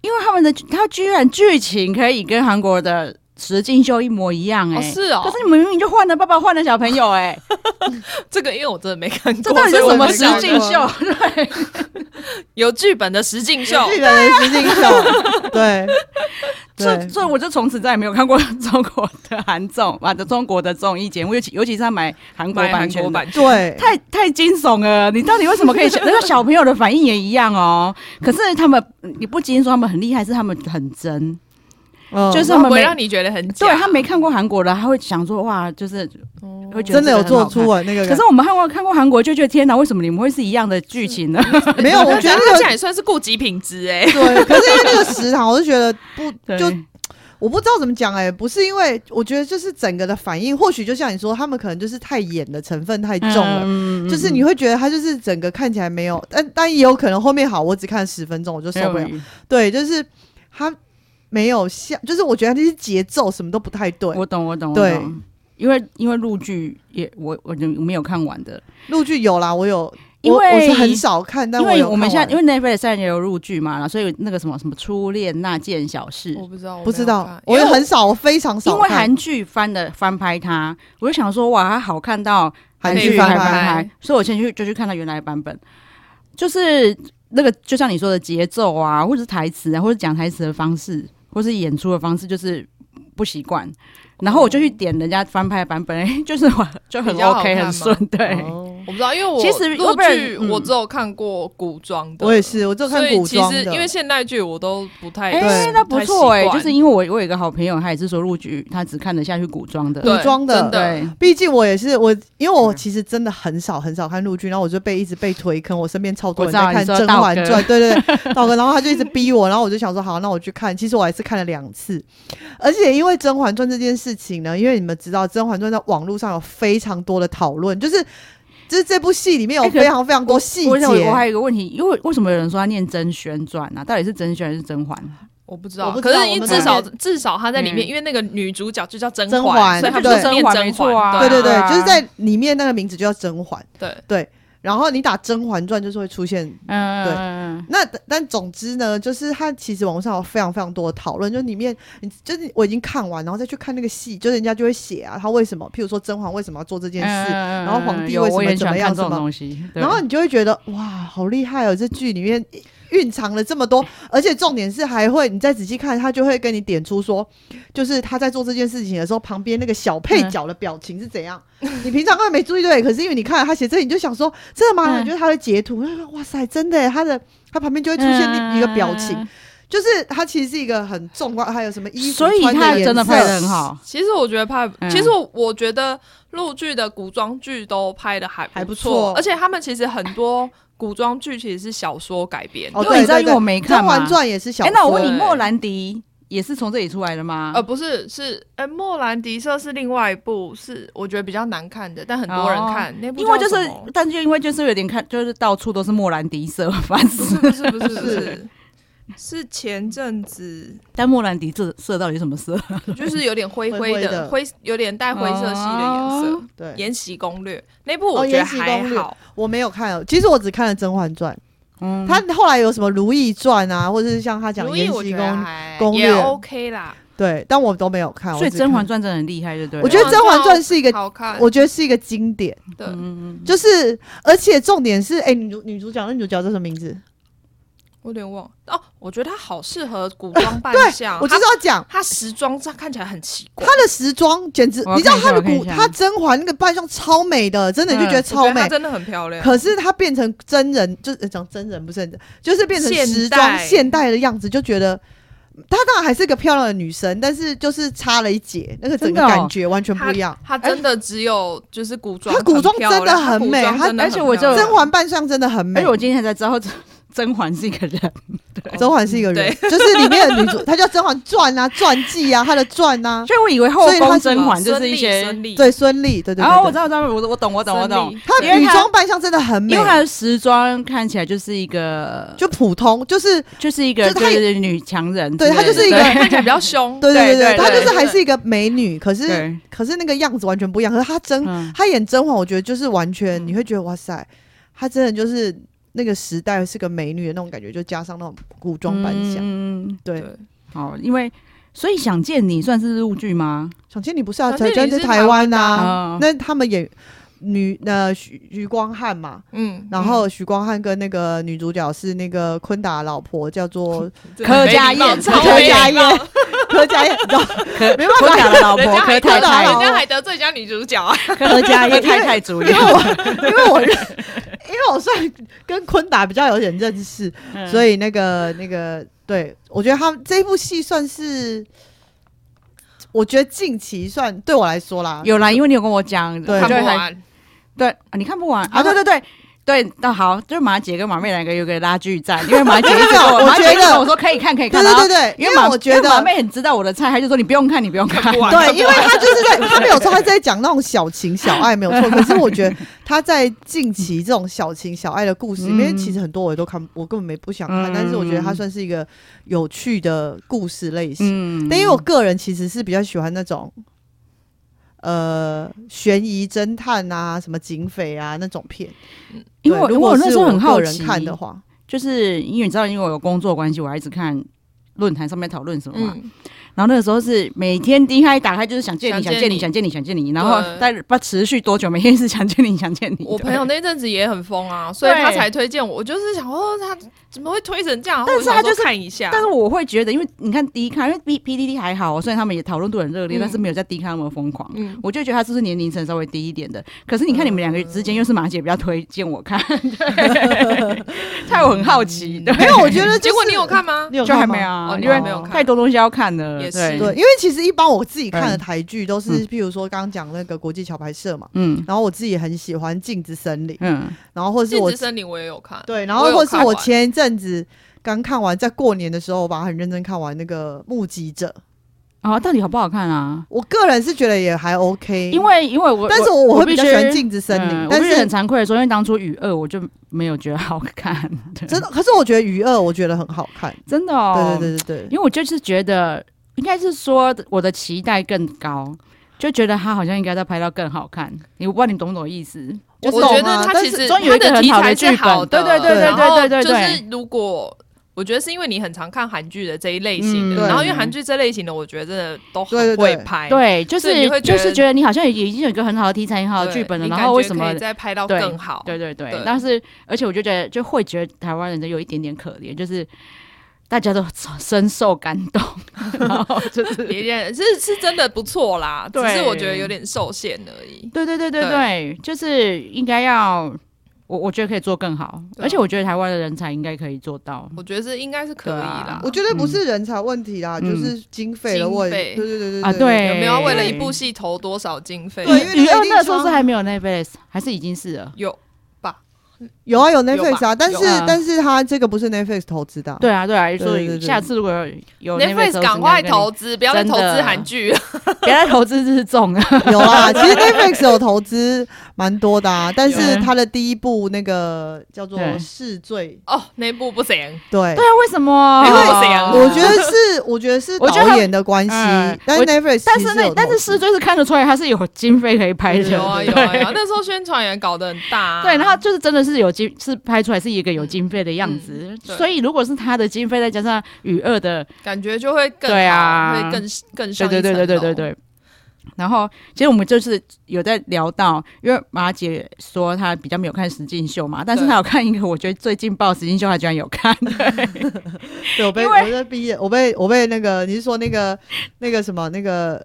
Speaker 3: 因为他们的他居然剧情可以跟韩国的实境秀一模一样、
Speaker 1: 哦
Speaker 3: 哎、
Speaker 1: 是哦
Speaker 3: 可，是你们明明就换了爸爸，换了小朋友、哎，
Speaker 1: 这个因为我真的没看过，
Speaker 3: 这到底是
Speaker 1: 所以
Speaker 3: 什
Speaker 1: 我
Speaker 3: 么
Speaker 1: 没
Speaker 3: 实
Speaker 1: 看过
Speaker 3: 境秀？
Speaker 1: 有剧本的实境秀，
Speaker 2: 日本的实境秀， 对，
Speaker 3: 这
Speaker 2: 对，
Speaker 3: 这我就从此再也没有看过中国的韩综，啊，的中国的综艺节目，尤其尤其是他买韩国
Speaker 1: 买
Speaker 3: 版
Speaker 1: 韩
Speaker 3: 权
Speaker 1: 国
Speaker 3: 的。
Speaker 1: 版权，
Speaker 2: 对，
Speaker 3: 太太惊悚了！你到底为什么可以？那个小朋友的反应也一样哦。可是他们，你不仅说他们很厉害，是他们很真。
Speaker 2: 嗯
Speaker 3: 就是
Speaker 1: 会不
Speaker 3: 他们
Speaker 1: 会
Speaker 3: 没
Speaker 1: 让你觉得很假？
Speaker 3: 对他没看过韩国的，他会想说哇，就是
Speaker 1: 哦
Speaker 3: 会觉得
Speaker 2: 真的有做出
Speaker 3: 啊。
Speaker 2: 啊那个
Speaker 3: 可
Speaker 2: 感
Speaker 3: 是我们看过看过韩国，就觉得天哪，为什么你们会是一样的剧 情呢？
Speaker 2: 觉，没有，我觉
Speaker 1: 他
Speaker 2: 得那
Speaker 1: 这
Speaker 2: 个
Speaker 1: 样也算是顾及品质哎。
Speaker 2: 对，可是因为那个食堂，我就觉得不
Speaker 3: 对
Speaker 2: 就我不知道怎么讲哎、不是因为我觉得就是整个的反应，或许就像你说，他们可能就是太演的成分太重了。
Speaker 3: 嗯
Speaker 2: 就是你会觉得他就是整个看起来没有，但但也有可能后面好，我只看十分钟我就受不了。。对，就是他没有像，就是我觉得那些节奏什么都不太对。
Speaker 3: 我懂，我懂，
Speaker 2: 对
Speaker 3: 我懂。因为因为陆剧也我我就没有看完的，
Speaker 2: 陆剧有啦，我有，
Speaker 3: 因
Speaker 2: 我我
Speaker 3: 为
Speaker 2: 是很少看，但
Speaker 3: 因
Speaker 2: 我
Speaker 3: 为
Speaker 2: 有
Speaker 3: 我们
Speaker 2: 看
Speaker 3: 现
Speaker 2: 完
Speaker 3: 在因为 Netflix 现在也有陆剧嘛，所以那个什么什么初恋那件小
Speaker 2: 哦
Speaker 3: 事，
Speaker 1: 不知道，我
Speaker 2: 不
Speaker 1: 没
Speaker 2: 知
Speaker 1: 有
Speaker 2: 道
Speaker 1: 看，
Speaker 2: 我
Speaker 1: 因
Speaker 2: 也
Speaker 1: 为
Speaker 2: 很少，我非常
Speaker 3: 因
Speaker 2: 少
Speaker 3: 为
Speaker 2: 看
Speaker 3: 韩剧翻的翻拍它，我就想说哇，它好看到
Speaker 2: 韩
Speaker 1: 剧
Speaker 2: 剧
Speaker 1: 翻
Speaker 2: 翻
Speaker 1: 拍
Speaker 2: 拍，
Speaker 3: 所以我先去就去看它原来的版本，就是那个就像你说的节奏啊，或者是台词啊，或者讲台词的方式，或是演出的方式，就是不习惯。然后我就去点人家翻拍的版本，哎 就是我就很
Speaker 1: 哦比较好
Speaker 3: OK
Speaker 1: 看
Speaker 3: 很
Speaker 1: 吗
Speaker 3: 顺，对。
Speaker 2: 哦
Speaker 1: 我不知道，因为我
Speaker 3: 其实
Speaker 1: 陆
Speaker 3: Robert，
Speaker 1: 剧
Speaker 3: 嗯
Speaker 1: 我只有看过古装的，
Speaker 2: 我也是，我就看
Speaker 1: 所以
Speaker 2: 古
Speaker 1: 其
Speaker 2: 装
Speaker 1: 实
Speaker 2: 的，
Speaker 1: 因为现代剧我都不太，
Speaker 3: 哎、
Speaker 2: 对
Speaker 3: 那不错
Speaker 2: 欸
Speaker 3: 哎、
Speaker 1: 哎，
Speaker 3: 就是因为我我有一个好朋友，他也是说陆剧，他只看得下去古装的，
Speaker 1: 对
Speaker 2: 古装的
Speaker 1: 真
Speaker 3: 对，
Speaker 2: 毕竟我也是我，因为
Speaker 3: 嗯
Speaker 2: 我其实真的很少很少看陆剧，然后我就被一直被推坑，我身边超多人在
Speaker 3: 我
Speaker 2: 看
Speaker 3: 知道
Speaker 2: 《
Speaker 3: 你说
Speaker 2: 甄嬛
Speaker 3: 道
Speaker 2: 传》，对对 对，道哥，然后他就一直逼我，然后我就想说好，那我去看。其实我还是看了两次，而且因为《甄嬛传》这件事情呢，因为你们知道，《甄嬛传》在网络上有非常多的讨论，就是就是这部戏里面有
Speaker 3: 哎可
Speaker 2: 非常非常多细
Speaker 3: 我
Speaker 2: 节。
Speaker 3: 想我还有一个问题，因为为什么有人说他念甄轩传啊？到底是甄轩还是甄嬛？
Speaker 1: 我不知道，
Speaker 2: 我不
Speaker 1: 可
Speaker 2: 知道
Speaker 1: 是因
Speaker 2: 我们
Speaker 1: 至少
Speaker 2: 这
Speaker 1: 至少她在里面，
Speaker 3: 嗯
Speaker 1: 因为那个女主角就叫甄
Speaker 2: 甄
Speaker 1: 嬛，
Speaker 2: 嬛
Speaker 1: 所以她
Speaker 2: 对
Speaker 1: 就是念
Speaker 3: 甄嬛
Speaker 1: 甄
Speaker 3: 没错
Speaker 1: 嬛，
Speaker 3: 啊
Speaker 2: 对对
Speaker 3: 对
Speaker 2: 对
Speaker 3: 啊，
Speaker 2: 就是在里面那个名字就叫甄嬛，
Speaker 1: 对
Speaker 2: 对。然后你打《甄嬛传》就是会出现
Speaker 3: 嗯，
Speaker 2: 那但总之呢，就是它其实网络上有非常非常多的讨论，就里面你就是我已经看完，然后再去看那个戏，就人家就会写啊，他为什么，譬如说甄嬛为什么要做这件事，
Speaker 3: 嗯
Speaker 2: 然后皇帝
Speaker 3: 有
Speaker 2: 为什么
Speaker 3: 我也很喜欢
Speaker 2: 怎么样
Speaker 3: 看这
Speaker 2: 什
Speaker 3: 种
Speaker 2: 么
Speaker 3: 东西，对
Speaker 2: 然后你就会觉得哇，好厉害哦！这剧里面蕴藏了这么多，而且重点是还会，你再仔细看，他就会跟你点出说，就是他在做这件事情的时候，旁边那个小配
Speaker 3: 嗯
Speaker 2: 角的表情是怎样。你平常根本没注意对，可是因为你看了他写这里，你就想说真的吗？
Speaker 3: 嗯
Speaker 2: 你觉得他的截图，就说哇塞，真的耶，他的他旁边就会出现另一个表情，
Speaker 3: 嗯
Speaker 2: 就是他其实是一个很纵观，还有什么衣服
Speaker 3: 所以
Speaker 2: 穿
Speaker 3: 他
Speaker 2: 颜
Speaker 3: 真的
Speaker 2: 色
Speaker 3: 拍的很好。
Speaker 1: 其实我觉得拍，
Speaker 3: 嗯
Speaker 1: 其实我我觉得陆剧的古装剧都拍的还
Speaker 2: 还不
Speaker 1: 错
Speaker 2: 错，
Speaker 1: 而且他们其实很多古装剧其实是小说改编的，
Speaker 2: 哦
Speaker 3: 因为你知道
Speaker 2: 对对
Speaker 3: 因为我没看
Speaker 2: 甄嬛
Speaker 3: 嘛
Speaker 2: 传》也是小
Speaker 3: 哎
Speaker 2: 说。，
Speaker 3: 那我问你，
Speaker 1: 对
Speaker 3: 莫兰迪也是从这里出来的吗？
Speaker 1: 呃，不是，是呃，莫兰迪社是另外一部，是我觉得比较难看的，但很多人
Speaker 2: 哦
Speaker 1: 看、那部
Speaker 3: 因
Speaker 1: 叫
Speaker 3: 为就
Speaker 1: 什
Speaker 3: 是
Speaker 1: 么，
Speaker 3: 但就因为就是有点看，就是到处都是莫兰迪色， 烦死。
Speaker 1: 不是不是不是不
Speaker 2: 是
Speaker 1: 是，是前阵子
Speaker 3: 但莫兰迪色色到底是什么色？
Speaker 1: 就是有点灰
Speaker 2: 灰
Speaker 1: 灰
Speaker 2: 灰
Speaker 1: 的
Speaker 2: 的
Speaker 1: 灰，有点带灰色系的颜色，
Speaker 3: 哦
Speaker 2: 对，
Speaker 1: 延禧攻略》那部
Speaker 2: 哦
Speaker 1: 我觉得
Speaker 2: 延禧
Speaker 1: 还
Speaker 2: 攻略
Speaker 1: 好，
Speaker 2: 我没有看哦，其实我只看了《甄嬛传》。
Speaker 3: 嗯，
Speaker 2: 他后来有什么《如懿传》啊，或者是像他讲
Speaker 1: 如
Speaker 2: 《
Speaker 1: 懿
Speaker 2: 延
Speaker 1: 我
Speaker 2: 禧
Speaker 1: 觉
Speaker 2: 攻
Speaker 1: 得》，
Speaker 2: 攻
Speaker 1: 还
Speaker 2: 略
Speaker 1: 也 OK 啦，
Speaker 2: 对，但我都没有看。
Speaker 3: 所
Speaker 2: 我
Speaker 3: 以《
Speaker 2: 只
Speaker 3: 甄嬛
Speaker 2: 看
Speaker 3: 传》真的很厉害，对不对？
Speaker 2: 我觉得《甄嬛传》是一个，
Speaker 1: 好看，
Speaker 2: 我觉得是一个经典，
Speaker 1: 对，
Speaker 3: 嗯，嗯嗯
Speaker 2: 就是而且重点是，哎、女主女主角那女主角叫什么名字？
Speaker 1: 我有点忘哦，我觉得它好适合古装扮
Speaker 2: 对
Speaker 1: 相，
Speaker 2: 我就是要讲
Speaker 1: 它它时装这样看起来很奇怪
Speaker 2: 她，的时装，简直
Speaker 3: 我要
Speaker 2: 你知道
Speaker 3: 看一下
Speaker 2: 她的
Speaker 3: 我看
Speaker 2: 古，
Speaker 3: 一下
Speaker 2: 她甄嬛那个扮相超美的，真的就觉得
Speaker 1: 我
Speaker 3: 嗯
Speaker 2: 超
Speaker 1: 觉得
Speaker 2: 美
Speaker 1: 它。真的很漂亮。
Speaker 2: 可是她变成真人，就是呃讲真人不是很真，就是变成
Speaker 1: 现
Speaker 2: 时装
Speaker 1: 代
Speaker 2: 现代的样子，就觉得她当然还是个漂亮的女生，但是就是差了一截，那个整
Speaker 3: 真
Speaker 2: 个
Speaker 3: 的哦
Speaker 2: 感觉完全不一样。
Speaker 1: 他真的只有就是古装
Speaker 2: 它
Speaker 1: 很
Speaker 2: 古
Speaker 1: 漂亮，
Speaker 2: 装真的很美
Speaker 1: 它古装
Speaker 2: 它
Speaker 1: 真的
Speaker 3: 而且我
Speaker 1: 很漂
Speaker 3: 就
Speaker 1: 亮
Speaker 2: 甄嬛扮相真的很美
Speaker 3: 而且，哎我今天才知道甄甄嬛是一个人，
Speaker 2: 甄嬛是一个人，就是里面的女主，她叫《甄嬛传》啊，传记啊，她的传啊，
Speaker 3: 所以我以为后
Speaker 2: 所以她
Speaker 3: 宫
Speaker 2: 是
Speaker 3: 甄嬛就
Speaker 1: 孙
Speaker 3: 是一
Speaker 1: 俪
Speaker 3: 些。
Speaker 1: 孙俪
Speaker 2: 对，孙俪，对对对
Speaker 3: 哦，我
Speaker 2: 对，
Speaker 3: 知道，我知道，我我懂，我懂，我懂。因
Speaker 2: 她
Speaker 3: 为
Speaker 2: 女
Speaker 3: 她
Speaker 2: 装扮相真的很美
Speaker 3: 因为，她的时装看起来就是一个，
Speaker 2: 就普通，就是
Speaker 3: 就是一个
Speaker 2: 就
Speaker 3: 就是
Speaker 2: 她
Speaker 3: 是女强人之
Speaker 2: 对
Speaker 3: 类的，
Speaker 2: 她就是一个
Speaker 3: 对
Speaker 1: 看起来比较凶，
Speaker 2: 对
Speaker 3: 对
Speaker 2: 对，
Speaker 3: 对
Speaker 2: 她就是
Speaker 1: 对
Speaker 2: 还是一个美女，可是
Speaker 3: 对，
Speaker 2: 可是那个样子完全不一样，可是她甄
Speaker 3: 嗯
Speaker 2: 她演甄嬛，我觉得就是完全
Speaker 1: 嗯
Speaker 2: 你会觉得哇塞，她真的就是那个时代是个美女的那种感觉，就加上那种古装扮相，
Speaker 3: 嗯，
Speaker 2: 对。
Speaker 3: 好，因为所以想见你算是陆剧吗？
Speaker 2: 想见你不是啊，
Speaker 1: 想
Speaker 2: 想
Speaker 1: 见你
Speaker 2: 见
Speaker 1: 是
Speaker 2: 是台湾
Speaker 1: 台
Speaker 2: 呐
Speaker 3: 湾的啊，
Speaker 2: 那他们演女呃徐徐光汉嘛，
Speaker 1: 嗯，
Speaker 2: 然后许光汉跟那个女主角是那个昆达的老婆，叫 做
Speaker 3: 柯佳嬿
Speaker 2: 柯佳
Speaker 1: 燕，
Speaker 2: 嬿柯佳燕，你知道
Speaker 3: 柯柯达的老婆
Speaker 1: 人家
Speaker 3: 柯
Speaker 1: 还
Speaker 2: 柯
Speaker 3: 太
Speaker 2: 达
Speaker 3: 太
Speaker 2: 老，
Speaker 1: 人家还得最佳女主角啊，
Speaker 2: 柯 佳
Speaker 3: 柯
Speaker 2: 燕，因
Speaker 3: 太
Speaker 2: 为
Speaker 3: 太主
Speaker 2: 因
Speaker 3: 演
Speaker 2: 为， 我因为我认，因为我算跟昆达比较有点认识，所
Speaker 3: 以
Speaker 2: 以那个那个，对我觉得他们这一部戏算是，我觉得近期算对我来说啦，
Speaker 3: 有啦，因为你有跟我讲，
Speaker 2: 嗯对
Speaker 1: 看
Speaker 3: 我就
Speaker 1: 不
Speaker 3: 还
Speaker 1: 完，
Speaker 3: 对，啊你看不完
Speaker 2: 啊
Speaker 3: 啊？对对对。对，那好，就是马姐跟马妹两个有个拉锯战，因为马姐一直
Speaker 2: 没有
Speaker 3: 跟我，
Speaker 2: 我
Speaker 3: 马姐
Speaker 2: 觉
Speaker 3: 一直跟
Speaker 2: 得
Speaker 3: 我说可以看可以
Speaker 2: 对
Speaker 3: 看，
Speaker 2: 对
Speaker 3: 然后
Speaker 2: 对对，因
Speaker 3: 因
Speaker 2: 为
Speaker 3: 马
Speaker 2: 我觉
Speaker 3: 因为马
Speaker 2: 得。
Speaker 3: 妹很知道我的菜，她就说你不用看，啊你不用看
Speaker 1: 看。不完，
Speaker 2: 对，因为他就是 在，他没有错，他在讲那种小情小爱没有错。可是我觉得他在近期这种小情小爱的故事里面，
Speaker 3: 嗯
Speaker 2: 其实很多我也都看，我根本没不想看。
Speaker 3: 嗯
Speaker 2: 但是我觉得它算是一个有趣的故事类型。
Speaker 3: 嗯，
Speaker 2: 但因为我个人其实是比较喜欢那种。呃，悬疑侦探啊，什么警匪啊那种片，
Speaker 3: 因为我
Speaker 2: 对
Speaker 3: 因为
Speaker 2: 如果
Speaker 3: 我那
Speaker 2: 是
Speaker 3: 时候很
Speaker 2: 我
Speaker 3: 好
Speaker 2: 个人
Speaker 3: 奇，
Speaker 2: 看的 话，
Speaker 3: 就是因为你知道，因为我有工作关系，我还一直看论坛上面讨论什么嘛。
Speaker 1: 嗯，
Speaker 3: 然后那个时候是每天第一开打开就是想见你，
Speaker 1: 想
Speaker 3: 想
Speaker 1: 见
Speaker 3: 见你，
Speaker 1: 你
Speaker 3: 想见你，想见你，然后
Speaker 1: 对
Speaker 3: 但不持续多久，每天是想见你，想见你。
Speaker 1: 我
Speaker 3: 对
Speaker 1: 朋友，那阵子也很疯啊，所以
Speaker 3: 对
Speaker 1: 他才推荐我，我就是想说他怎么会推成这样，
Speaker 3: 但是
Speaker 1: 我想
Speaker 3: 他
Speaker 1: 说
Speaker 3: 就是
Speaker 1: 看一下，
Speaker 3: 但是我会觉得，因为你看第一看，因为 B P D D 还好哦，虽然他们也讨论度很热烈，
Speaker 1: 嗯
Speaker 3: 但是没有在第一看那么疯狂。
Speaker 1: 嗯，
Speaker 3: 我就觉得他是不是年龄层稍微低一点的？可是你看你们两个之间，又是马姐比较推荐 我看，对，害我很好奇，
Speaker 1: 嗯
Speaker 3: 对，
Speaker 2: 没有，我觉得
Speaker 1: 结果你有看吗？
Speaker 2: 你有
Speaker 3: 就
Speaker 2: 看
Speaker 3: 还
Speaker 2: 吗
Speaker 3: 没啊
Speaker 1: 哦，你
Speaker 3: 因为
Speaker 1: 还没有看
Speaker 3: 太多东西要看了，
Speaker 1: 也是
Speaker 3: 对
Speaker 2: 对，因为其实一般我自己看的
Speaker 3: 嗯
Speaker 2: 台剧都是，譬如说刚刚讲那个国际桥牌社嘛，
Speaker 3: 嗯
Speaker 2: 然后我自己也很喜欢《镜子森林》，
Speaker 3: 嗯，
Speaker 2: 然后或是
Speaker 1: 禁
Speaker 2: 我
Speaker 1: 止森林我也有看，
Speaker 2: 对，然后
Speaker 1: 有
Speaker 2: 或是
Speaker 1: 看
Speaker 2: 我
Speaker 1: 完
Speaker 2: 前一阵子刚看完，在过年的时候，我把它很认真看完那个《目击者》，
Speaker 3: 啊，到底好不好看啊？
Speaker 2: 我个人是觉得也还
Speaker 1: 嗯
Speaker 2: OK，
Speaker 3: 因为因为我，
Speaker 2: 但是
Speaker 3: 我
Speaker 2: 我会比较喜欢
Speaker 3: 必
Speaker 2: 《
Speaker 3: 须
Speaker 2: 镜子森林
Speaker 3: 嗯》，
Speaker 2: 但
Speaker 3: 我必须很
Speaker 2: 是
Speaker 3: 惭愧的说，因为当初雨二我就没有觉得好看，对
Speaker 2: 真的，可是我觉得《余二》我觉得很好看，
Speaker 3: 真的哦，
Speaker 2: 对对对对对，
Speaker 3: 因为我就是觉得，应该是说我的期待更高，就觉得他好像应该再拍到更好看。你我不知道你懂不懂意思？
Speaker 1: 我
Speaker 2: 我
Speaker 1: 觉
Speaker 2: 懂
Speaker 1: 得
Speaker 2: 啊
Speaker 1: 它
Speaker 2: 但
Speaker 1: 其
Speaker 2: 是
Speaker 1: 实
Speaker 3: 终于
Speaker 1: 它
Speaker 3: 有一个
Speaker 1: 的
Speaker 3: 很
Speaker 1: 题
Speaker 3: 好
Speaker 1: 材
Speaker 3: 的
Speaker 1: 是
Speaker 3: 剧
Speaker 1: 好
Speaker 3: 本
Speaker 1: 的，
Speaker 3: 对对对
Speaker 1: 然
Speaker 3: 对
Speaker 1: 后
Speaker 3: 对对对
Speaker 1: 就是如果我觉得是因为你很常看韩剧的这一类型
Speaker 3: 嗯
Speaker 1: 的，
Speaker 2: 对
Speaker 1: 然后因为韩剧这类型的，我觉得真的都
Speaker 2: 对对
Speaker 1: 很
Speaker 2: 对
Speaker 1: 会拍，
Speaker 3: 对，就
Speaker 1: 哎所以你
Speaker 3: 是
Speaker 1: 会觉得
Speaker 3: 就是觉得你好像已已经有一个很好的题材、很好的
Speaker 1: 对
Speaker 3: 剧本了，
Speaker 1: 你
Speaker 3: 然
Speaker 1: 感
Speaker 3: 后为
Speaker 1: 觉
Speaker 3: 什
Speaker 1: 可
Speaker 3: 么
Speaker 1: 以再拍到
Speaker 3: 对
Speaker 1: 更好？
Speaker 3: 对对对
Speaker 1: 对，
Speaker 3: 但是而且我就觉得，就会觉得台湾人的有一点点可怜，就是大家都深受感动， 然后 就是
Speaker 1: 别人是是真的不错啦，只
Speaker 3: 对
Speaker 1: 是我觉得有点受限而已。
Speaker 3: 对对对对
Speaker 1: 对
Speaker 3: 对，就是应该要，我我觉得可以做更好，
Speaker 1: 对啊
Speaker 3: 而且我觉得台湾的人才应该可以做到。
Speaker 1: 我觉得是应该是可以
Speaker 3: 对
Speaker 1: 啦
Speaker 3: 啊。
Speaker 2: 我觉得不是人才问题啦，
Speaker 3: 嗯
Speaker 2: 就是经费的问题。
Speaker 1: 经费
Speaker 2: 对对对对
Speaker 3: 啊对
Speaker 1: 有没有为了一部戏投多少经费？
Speaker 2: 对因为
Speaker 3: 雨
Speaker 2: 那个
Speaker 3: 二
Speaker 2: 一定
Speaker 3: 那时候
Speaker 2: 超
Speaker 3: 是还没有 Netflix，还是已经是了？
Speaker 1: 有
Speaker 2: 有啊有 Netflix 啊，但是
Speaker 1: 有
Speaker 3: 啊
Speaker 2: 但是它这个不是 Netflix 投资的啊、
Speaker 3: 对啊对啊，
Speaker 2: 对
Speaker 3: 所
Speaker 2: 对
Speaker 3: 以
Speaker 2: 对
Speaker 3: 下次如果有 Netflix，
Speaker 1: Netflix 赶快投，资，不要再
Speaker 3: 真
Speaker 1: 投
Speaker 3: 的
Speaker 1: 资韩剧了。
Speaker 3: 别再投资日重啊。
Speaker 2: 有 啊，其实 Netflix 有投资蛮多的啊，但是
Speaker 3: 有
Speaker 2: 它的第一部那个叫做
Speaker 3: 对
Speaker 2: 《试罪
Speaker 1: 哦，那部不行，》，
Speaker 2: 对
Speaker 3: 对，啊，为什么？
Speaker 1: 因为不行啊
Speaker 2: 我觉得是我觉得是
Speaker 3: 我觉得
Speaker 2: 导演的关系
Speaker 3: 嗯，
Speaker 2: 但是
Speaker 3: 我
Speaker 2: Netflix
Speaker 3: 但
Speaker 2: 其
Speaker 3: 是
Speaker 2: 实
Speaker 3: 那
Speaker 2: 有
Speaker 3: 但
Speaker 2: 投
Speaker 3: 是
Speaker 2: 资
Speaker 3: 狮追是看得出来，它是有经费可以拍的，
Speaker 1: 有啊有
Speaker 3: 对
Speaker 1: 啊有啊，那时候宣传也搞得很大啊、
Speaker 3: 对，然后就是真的是有经是拍出来是一个有经费的样子，
Speaker 1: 嗯对
Speaker 3: 所以如果是他的经费再加上雨二的，
Speaker 1: 感觉就会更好
Speaker 3: 对啊
Speaker 1: 会更更上
Speaker 3: 对
Speaker 1: 一层
Speaker 3: 对对对对对
Speaker 1: 楼，
Speaker 3: 对。然后其实我们就是有在聊到，因为马姐说她比较没有看实境秀嘛，但是
Speaker 1: 对
Speaker 3: 她有看一个我觉得最劲爆的实境秀，她居然有 看，
Speaker 2: 对我被
Speaker 3: 因
Speaker 2: 我
Speaker 3: 为
Speaker 2: 被毕业，我被我被那个你是说那个那个什么那个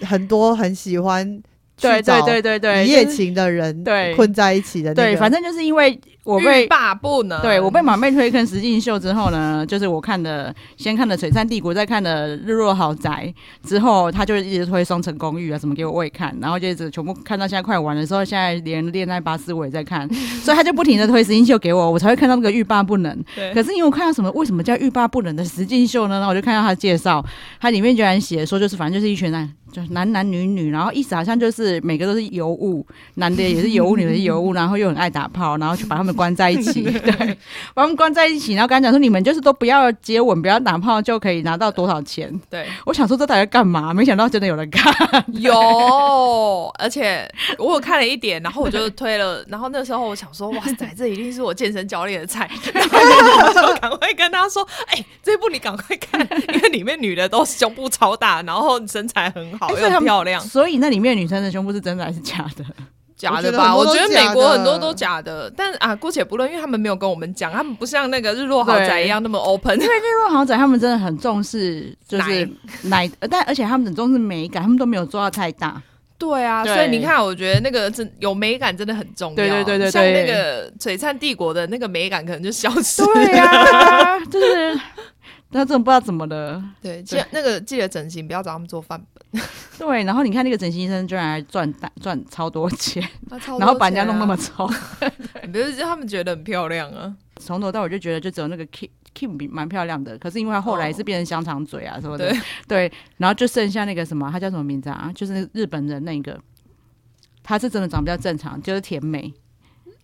Speaker 2: 很多很喜欢
Speaker 3: 对
Speaker 2: 去找
Speaker 3: 对对对对，
Speaker 2: 一夜
Speaker 3: 就是
Speaker 2: 情的人
Speaker 3: 对
Speaker 2: 困在一起的那个，
Speaker 3: 对，反正就是因为我
Speaker 1: 欲
Speaker 3: 被
Speaker 1: 罢不能。
Speaker 3: 对我被马妹推坑《实境秀》之后呢，就是我看了先看了《璀璨帝国》，再看了《日落豪宅》，之后他就一直推《双城公寓》啊什么给我我也看，然后就一直全部看到现在快完的时候，现在连《恋爱巴士》我也在看，所以他就不停的推《实境秀》给我，我才会看到那个欲罢不能。
Speaker 1: 对
Speaker 3: 可是因为我看到什么为什么叫欲罢不能的《实境秀》呢？然后我就看到他介绍，它里面居然写说就是反正就是一群男。就是男男女女，然后意思好像就是每个都是尤物，男的也是尤物，女的也是尤物，然后又很爱打炮，然后就把他们关在 一起，对，把他们关在一起，然后跟他讲说你们就是都不要接吻，不要打炮就可以拿到多少钱。
Speaker 1: 对
Speaker 3: 我想说这到底在干嘛？没想到真的有人看，
Speaker 1: 有，而且我有看了一点，然后我就推 了，然后那时候我想说，哇塞，这一定是我健身教练的 菜，然后我就赶快跟他说，哎、这部你赶快看，因为里面女的都胸部超大，然后身材很好
Speaker 3: 哎 所
Speaker 1: 又
Speaker 3: 以他
Speaker 1: 很
Speaker 3: 们
Speaker 1: 漂亮，
Speaker 3: 所以那里面女生的胸部是真的还是假的？
Speaker 1: 假的吧？我
Speaker 2: 我
Speaker 1: 觉
Speaker 2: 觉得
Speaker 1: 得美
Speaker 2: 很多都假的
Speaker 1: 国很多都假的，但啊，姑且不论，因为他们没有跟我们讲，他们不像那个日落豪宅一样那么 open。
Speaker 3: 因为日落豪宅他们真的很重视，就是奶，呃但而且他们很重视美感，他们都没有做到太大。
Speaker 1: 对啊，
Speaker 3: 对
Speaker 1: 所以你看，我觉得那个真有美感真的很重要。
Speaker 3: 对对对对对
Speaker 1: 像那个璀璨帝国的那个美感可能就消失。
Speaker 3: 对啊
Speaker 1: 啊
Speaker 3: 呀、 就是他真的不知道怎么了。
Speaker 1: 对，记得那个记得整形，不要找他们做 范本，
Speaker 3: 对，然后你看那个整形医生居然还赚大赚超多钱，哦
Speaker 1: 那超多
Speaker 3: 然后把人家
Speaker 1: 钱啊
Speaker 3: 弄 那么，丑，
Speaker 1: 不是他们觉得很漂亮啊？
Speaker 3: 从头到尾就觉得就只有那个 Kim Kim 蛮漂亮的，可是因为他后
Speaker 1: 哦
Speaker 3: 来是变成香肠嘴啊什么的，对然后就剩下那个什么，他叫什么名字啊？就是那个日本人那个，他是真的长得比较正常，就是甜美，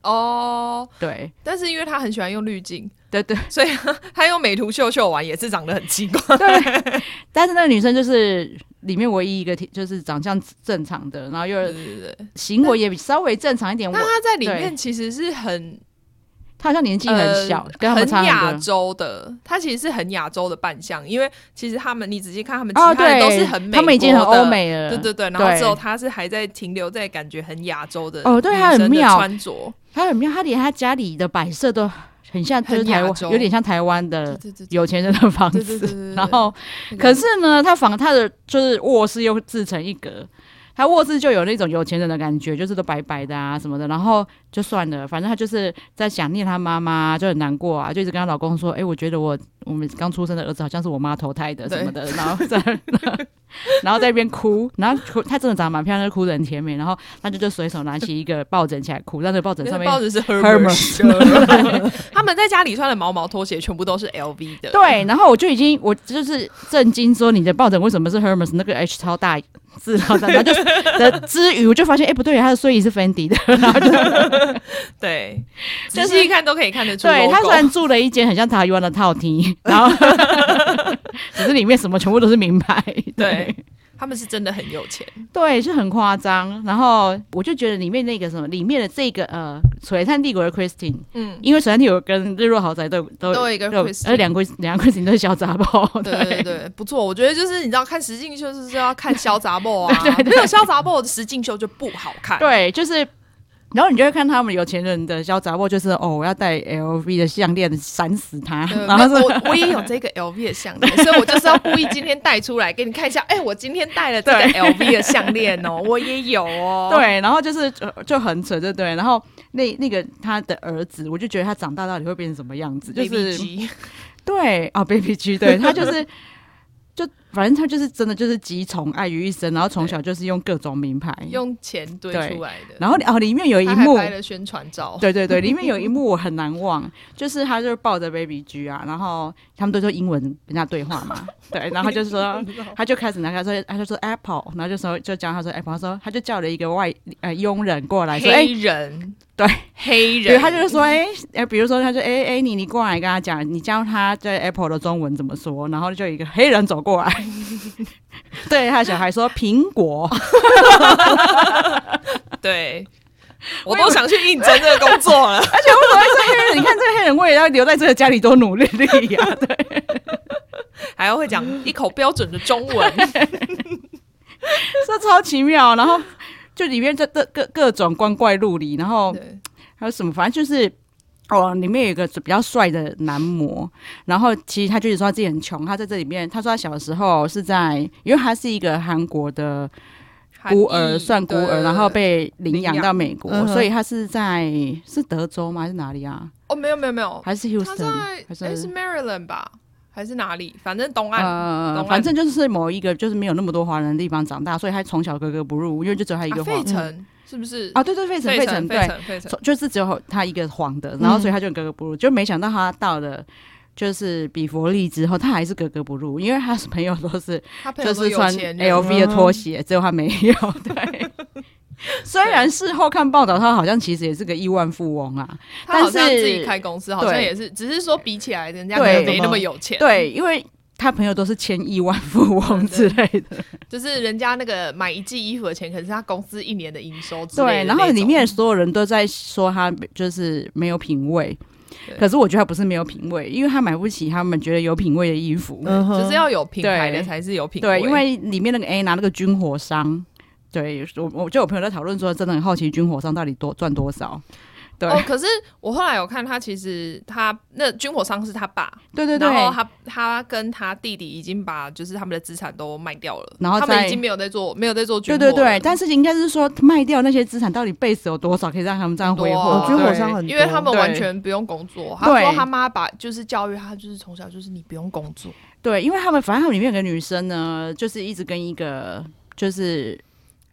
Speaker 1: 哦，
Speaker 3: 对
Speaker 1: 但是因为他很喜欢用滤镜，
Speaker 3: 对对
Speaker 1: 所以他他用美图秀秀完也是长得很奇怪。
Speaker 3: 对，但是那个女生就是里面唯一一个就是长相正常的，然后又
Speaker 1: 对对对，
Speaker 3: 行为也比稍微正常一点，我
Speaker 1: 那他在里
Speaker 3: 对
Speaker 1: 面其实是很
Speaker 3: 他好像年纪很小，
Speaker 1: 呃
Speaker 3: 跟他们差
Speaker 1: 很亚
Speaker 3: 很多。
Speaker 1: 洲的，他其实是很亚洲的扮相，因为其实他们你仔细看他们，其
Speaker 3: 哦，
Speaker 1: 他人
Speaker 3: 对，
Speaker 1: 都是很美、
Speaker 3: 他们已经很欧。美了，
Speaker 1: 对对对，然后
Speaker 3: 对
Speaker 1: 之后他是还在停留在感觉很亚洲的
Speaker 3: 哦对他很
Speaker 1: 女生的
Speaker 3: 妙
Speaker 1: 穿着，
Speaker 3: 他很妙，他连他家里的摆设都很像，就是
Speaker 1: 很
Speaker 3: 台
Speaker 1: 亚
Speaker 3: 湾
Speaker 1: 洲
Speaker 3: 有点像台湾的
Speaker 1: 对对对，
Speaker 3: 有钱人的房
Speaker 1: 对对对对
Speaker 3: 子。
Speaker 1: 对
Speaker 3: 然后，
Speaker 1: 那个
Speaker 3: 可是呢，他房他的就是卧室又自成一格，他卧室就有那种有钱人的感觉，就是都白白的啊什么的。然后就算了，反正他就是在想念他妈妈，就很难过啊，就一直跟她老公说：“哎、我觉得我我们刚出生的儿子好像是我妈投胎的
Speaker 1: 对
Speaker 3: 什么的。”然后在然后在那边哭，然后哭，她真的长得蛮漂亮，就哭得很甜美。然后他就就随手拿起一个抱枕起来哭，但是抱枕
Speaker 1: 那
Speaker 3: 上
Speaker 1: 个
Speaker 3: 面
Speaker 1: 报纸是
Speaker 3: Hermes
Speaker 1: Hermes，他们在家里穿的毛毛拖鞋全部都是 LV 的，
Speaker 3: 对，然后我就已经我就是震惊说你的抱枕为什么是 Hermes 那个 H 超大字，然后 然后就的之余，我就发现哎、诶不对，他的睡衣是 Fendi 的，然后就
Speaker 1: 对，
Speaker 3: 就
Speaker 1: 仔
Speaker 3: 是
Speaker 1: 细一看都可以看得出 logo。
Speaker 3: 对他虽然住了一间很像台湾 的套厅，然后只是里面什么全部都是名牌，对
Speaker 1: 对他们是真的很有钱，
Speaker 3: 对，是很夸张。然后我就觉得里面那个什么，里面的这个呃，璀璨帝国的 Christine，
Speaker 1: 嗯，
Speaker 3: 因为璀璨帝国跟日落豪宅都有都
Speaker 1: 都有
Speaker 3: 有
Speaker 1: 一个
Speaker 3: 都有
Speaker 1: Christine
Speaker 3: 呃，两个两个 Christine 都是小杂包，
Speaker 1: 对对对，不错，我觉得就是你知道看实境秀就是要看潇洒 b 啊，没有潇洒 b 的实境秀就不好看。
Speaker 3: 对，就是。然后你就会看他们有钱人的小杂货，就是哦，我要戴 LV 的项链闪死 他，
Speaker 1: 对
Speaker 3: 然后是
Speaker 1: 我我也有这个 LV 的项链，所以我就是要故意今天带出来给你看一下。哎、我今天戴了这个 LV 的项链哦，我也有哦。
Speaker 3: 对，然后就是就就很扯，对对。然后那那个他的儿子，我就觉得他长大到底会变成什么样子，就
Speaker 1: BB
Speaker 3: 是
Speaker 1: 机
Speaker 3: 对啊、b a b y G，对他就是 就反正他就是真的就是集宠爱于一身，然后从小就是用各种名牌，
Speaker 1: 用钱堆
Speaker 3: 对
Speaker 1: 出来的，
Speaker 3: 然后哦里面有一
Speaker 1: 他还
Speaker 3: 幕，
Speaker 1: 拍了宣传照。
Speaker 3: 对 对对，里面有一幕我很难忘，就是他就是抱着 Baby G 啊，然后他们都说英文跟他对 话嘛，对，然后就是说他就开始拿他说他就说 Apple，然后就说就讲他说 Apple，他说他就叫了一个外呃佣人过来说，哎、
Speaker 1: 黑人、
Speaker 3: 对
Speaker 1: 黑
Speaker 3: 比如
Speaker 1: 人，
Speaker 3: 他就是说，哎、哎，比如说他就哎哎你你过来跟他讲，你教他对 Apple 的中文怎么说，然后就有一个黑人走过 来，对他的小孩说苹果，
Speaker 1: 对我都想去应征这个工作了。
Speaker 3: 而且为什么会是黑人？你看这个黑人，我也要留在这个家里多努力啊力呀、对，
Speaker 1: 还要会讲一口标准的中 文，
Speaker 3: 这超奇妙。然后就里面这各各各种光怪陆离，然后
Speaker 1: 对，
Speaker 3: 还有什么，反正就是。哦，里面有一个比较帅的男模，然后其实他就是说他自己很穷，他在这里面，他说他小时候是在，因为他是一个韩国的 孤儿，算孤
Speaker 1: 对
Speaker 3: 儿，然后被领养
Speaker 1: 领养
Speaker 3: 到美国
Speaker 2: 嗯，哼
Speaker 3: 所以他是在是德州吗？还是哪里啊？
Speaker 1: 哦，没有没有没有，
Speaker 3: 还是
Speaker 1: 他在
Speaker 3: Houston？还
Speaker 1: 哎是
Speaker 3: 是
Speaker 1: Maryland 吧，还是哪里？反正东岸
Speaker 3: 呃
Speaker 1: 东，岸
Speaker 3: 反正就是某一个就是没有那么多华人的地方长大，所以他从小格格不入，因为就只有他一
Speaker 1: 啊
Speaker 3: 个
Speaker 1: 费
Speaker 3: 黄
Speaker 1: 城是不是？
Speaker 3: 啊，对对，费城
Speaker 1: 费
Speaker 3: 城
Speaker 1: 费
Speaker 3: 对，
Speaker 1: 城费城，
Speaker 3: 从就是只有他一个黄的，然后所以他就很格格不入，就没想到他到了。就是比佛利之后，他还是格格不入，因为他朋友都是
Speaker 1: 他朋
Speaker 3: 就
Speaker 1: 友都
Speaker 3: 是
Speaker 1: 有
Speaker 3: 穿
Speaker 1: 钱人
Speaker 3: LV 的拖鞋，只有他没有。对，虽然事后看报道，他好像其实也是个亿万富翁啊。
Speaker 1: 他好
Speaker 3: 但
Speaker 1: 像
Speaker 3: 是
Speaker 1: 自己开公司，好像
Speaker 3: 对
Speaker 1: 也是，只是说比起来，人家
Speaker 3: 对
Speaker 1: 没那么有钱，
Speaker 3: 对，因为他朋友都是千亿万富翁之类的。
Speaker 1: 就是人家那个买一季衣服的钱，可是他公司一年的营收之类的
Speaker 3: 对，然后
Speaker 1: 那种
Speaker 3: 里面所有人都在说他就是没有品味
Speaker 1: 对，
Speaker 3: 可是我觉得他不是没有品味，因为他买不起他们觉得有品味的衣服。
Speaker 2: 嗯哼
Speaker 1: 就是要有品牌
Speaker 3: 对
Speaker 1: 的才是有品
Speaker 3: 对，
Speaker 1: 味，
Speaker 3: 因为里面那个 A 拿那个军火商，对我我就有朋友在讨论说，真的很好奇军火商到底多赚多少。对、
Speaker 1: 哦，可是我后来有看他，其实他那军火商是他爸，
Speaker 3: 对对对，
Speaker 1: 然后他他跟他弟弟已经把就是他们的资产都卖掉了，
Speaker 3: 然后
Speaker 1: 他们
Speaker 3: 再
Speaker 1: 已经没有在做没有在做军
Speaker 3: 对
Speaker 1: 火
Speaker 3: 对
Speaker 1: 了，
Speaker 3: 对，但是应该是说卖掉那些资产，到底 base 有多少可以让他们这样挥霍
Speaker 1: 很多啊？
Speaker 2: 哦军火
Speaker 3: 对
Speaker 2: 商很多，
Speaker 1: 因为他们
Speaker 3: 对
Speaker 1: 完全不用工作，他
Speaker 3: 对
Speaker 1: 说他妈把就是教育他，就是从小就是你不用工作，
Speaker 3: 对，因为他们反正他们里面有个女生呢，就是一直跟一个就是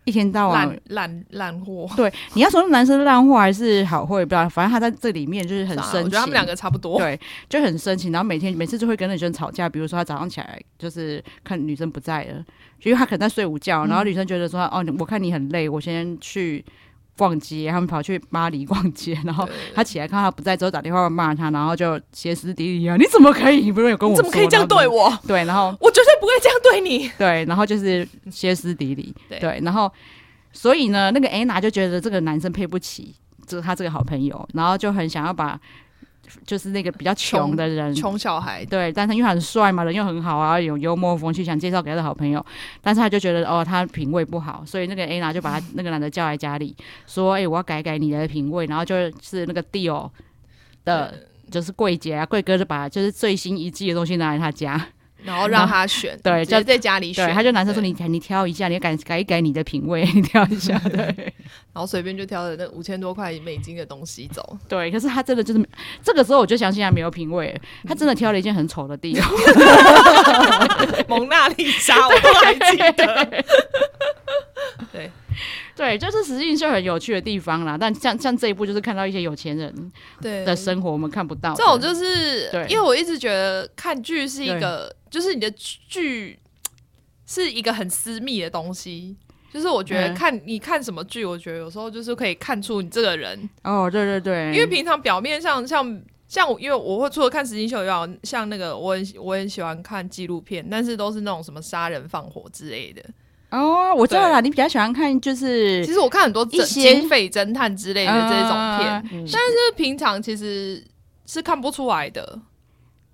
Speaker 3: 一天到晚
Speaker 1: 烂。烂烂货，
Speaker 3: 对，你要说男生烂货还是好货，也不知道。反正他在这里面就是 很
Speaker 1: 算了我
Speaker 3: 生气，
Speaker 1: 觉得他们两个差不多，
Speaker 3: 对，就很生气，然后每天每次就会跟女生吵架。比如说他早上起来就是看女生不在了，因为他可能在睡午
Speaker 1: 嗯
Speaker 3: 觉，然后女生觉得说、哦，你我看你很累，我先去逛街，他们跑去巴黎逛街， 然后他起来看他不在之后打电话骂他，然后就歇斯底里啊，你怎么可以？你不是有跟我
Speaker 1: 你怎么可以这样对
Speaker 3: 我？
Speaker 1: 我？
Speaker 3: 对，然后
Speaker 1: 我绝对不会这样对你。
Speaker 3: 对，然后就是歇斯底里，
Speaker 1: 对
Speaker 3: 对，然后所以呢，那个 Anna 就觉得这个男生配不起，就是他这个好朋友，然后就很想要把就是那个比较穷的人，
Speaker 1: 穷小孩，
Speaker 3: 对，但是因为他很帅嘛，人又很好啊，有幽默风趣，想介绍给他的好朋友，但是他就觉得哦，他品味不好，所以那个 Anna 就把他那个男的叫来家里，说，哎、我要改改你的品味，然后就是那个 Dior 的。
Speaker 1: 嗯
Speaker 3: 就是柜姐啊，柜哥就把就是最新一季的东西拿来他家，
Speaker 1: 然后让他选，
Speaker 3: 对
Speaker 1: 直接
Speaker 3: 就
Speaker 1: 在家里选，
Speaker 3: 对，他就男生说
Speaker 1: 对
Speaker 3: 你你挑一下，你改改一改你的品味， 你挑一下。对
Speaker 1: 然后随便就挑了那五千多块美金的东西走，
Speaker 3: 对，可是他真的就是这个时候我就相信他没有品味，他真的挑了一件很丑的地方。
Speaker 1: 蒙娜丽莎我都还记得。对，
Speaker 3: 对，就是实际是很有趣的地方啦。但像像这一部就是看到一些有钱人
Speaker 1: 对
Speaker 3: 的生活，我们看不到的
Speaker 1: 这种就是
Speaker 3: 哦对
Speaker 1: 因为我一直觉得看剧是一个，就是你的剧是一个很私密的东西。就是我觉得
Speaker 3: 嗯
Speaker 1: 看、你看什么剧，我觉得有时候就是可以看出你这个人，
Speaker 3: 哦，对对对，
Speaker 1: 因为平常表面上像像我，因为我会除了看实境秀以外，像那个我很喜我很喜欢看纪录片，但是都是那种什么杀人放火之类的。
Speaker 3: 哦，我知道了，你比较喜欢看就是
Speaker 1: 其实我看很多
Speaker 3: 一
Speaker 1: 侦
Speaker 3: 些
Speaker 1: 警匪侦探之类的这种片，
Speaker 3: 嗯
Speaker 1: 但是平常其实是看不出来的。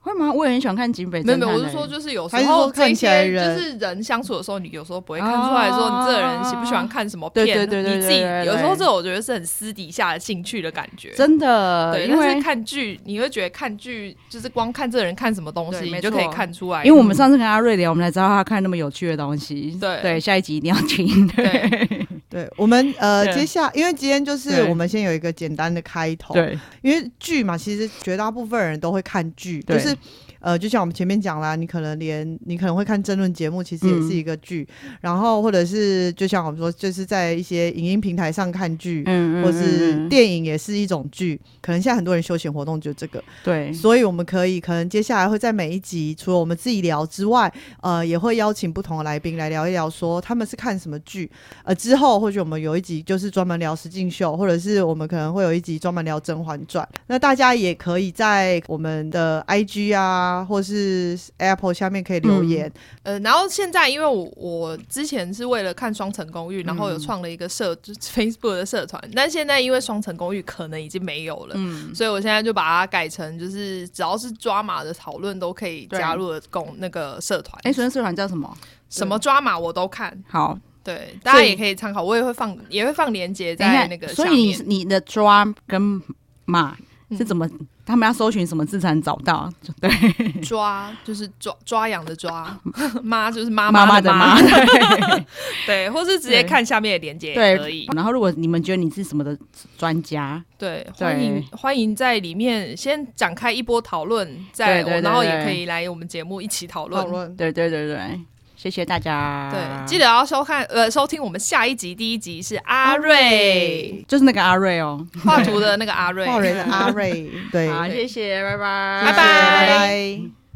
Speaker 3: 会吗？我也很喜欢看警匪侦
Speaker 1: 没有
Speaker 3: 探欸
Speaker 1: 没
Speaker 3: 的。
Speaker 1: 有，我是说就是有时
Speaker 2: 还是
Speaker 1: 候
Speaker 2: 说
Speaker 1: 这
Speaker 2: 看起来
Speaker 1: 些就
Speaker 2: 人
Speaker 1: 是人相处的时候，你有时候不会看出来说你这个人喜不喜欢看什么片，
Speaker 3: 哦对对对对对
Speaker 1: 你自己
Speaker 3: 对对对
Speaker 1: 有时候这我觉得是很私底下的兴趣的感觉。
Speaker 3: 真的，
Speaker 1: 对，
Speaker 3: 因
Speaker 1: 但
Speaker 3: 为
Speaker 1: 是看剧你会觉得看剧就是光看这个人看什么东西，
Speaker 3: 对没
Speaker 1: 你就可以
Speaker 3: 错
Speaker 1: 看出来。
Speaker 3: 因为我们上次跟阿瑞聊，我们才知道他看那么有趣的东西。
Speaker 1: 对
Speaker 3: 对，下一集一定要听。
Speaker 1: 对
Speaker 2: 对我们呃，
Speaker 3: 对
Speaker 2: 接下因为今天就是
Speaker 3: 对
Speaker 2: 我们先有一个简单的开 头，
Speaker 3: 对
Speaker 2: 因为剧嘛，其实绝大部分人都会看剧，
Speaker 3: 对
Speaker 2: 就是呃，就像我们前面讲啦，你可能连你可能会看争论节目，其实也
Speaker 3: 嗯
Speaker 2: 是一个剧，然后或者是就像我们说，就是在一些影音平台上看剧。
Speaker 3: 嗯嗯，
Speaker 2: 或
Speaker 3: 嗯
Speaker 2: 是
Speaker 3: 嗯
Speaker 2: 电影也是一种剧，可能现在很多人休闲活动就这个，
Speaker 3: 对
Speaker 2: 所以我们可以可能接下来会在每一集，除了我们自己聊之外，呃，也会邀请不同的来宾来聊一聊，说他们是看什么剧。呃，之后或许我们有一集就是专门聊石敬秀，或者是我们可能会有一集专门聊《甄嬛传》。那大家也可以在我们的 IG 啊，或是 Apple 下面可以留言。
Speaker 1: 呃，然后现在因为我我之前是为了看《双层公寓》，然后有创了一个社、就是 Facebook 的社团，但现在因为《双层公寓》可能已经没有了，
Speaker 3: 嗯
Speaker 1: 所以我现在就把它改成就是只要是抓马的讨论都可以
Speaker 3: 对
Speaker 1: 加入的公那个社团，
Speaker 3: 哎，昨天社团叫什么？
Speaker 1: 什么抓马我都看，
Speaker 3: 好，
Speaker 1: 对，大家也可以参考，我也会放也会放链接
Speaker 3: 等一下
Speaker 1: 在那个下
Speaker 3: 所以你
Speaker 1: 面。
Speaker 3: 你的抓跟马是
Speaker 1: 嗯
Speaker 3: 怎么？他们要搜寻什么字才能找到？就对，
Speaker 1: 抓就是抓抓痒的 抓，妈就是妈
Speaker 3: 妈
Speaker 1: 妈
Speaker 3: 的
Speaker 1: 妈
Speaker 3: 妈，。 对
Speaker 1: 对，或是直接
Speaker 3: 对
Speaker 1: 看下面的链接也可以
Speaker 3: 对。。然后，如果你们觉得你是什么的专家，
Speaker 1: 对，欢迎欢迎在里面先展开一波讨论，
Speaker 3: 对
Speaker 1: 再
Speaker 3: 对对
Speaker 1: 然后
Speaker 3: 对
Speaker 1: 也可以来我们节目一起讨论
Speaker 2: 讨。论
Speaker 3: 对对对对，谢谢大家。
Speaker 1: 对，记得要收看呃收听我们下一集，第一集是阿瑞
Speaker 3: 就是那个阿瑞哦。
Speaker 1: 画图的那个阿瑞，
Speaker 2: 抱人的阿瑞，对，
Speaker 3: 好，
Speaker 1: 对
Speaker 3: 谢谢，拜
Speaker 1: 拜
Speaker 3: 拜，
Speaker 2: 谢谢拜拜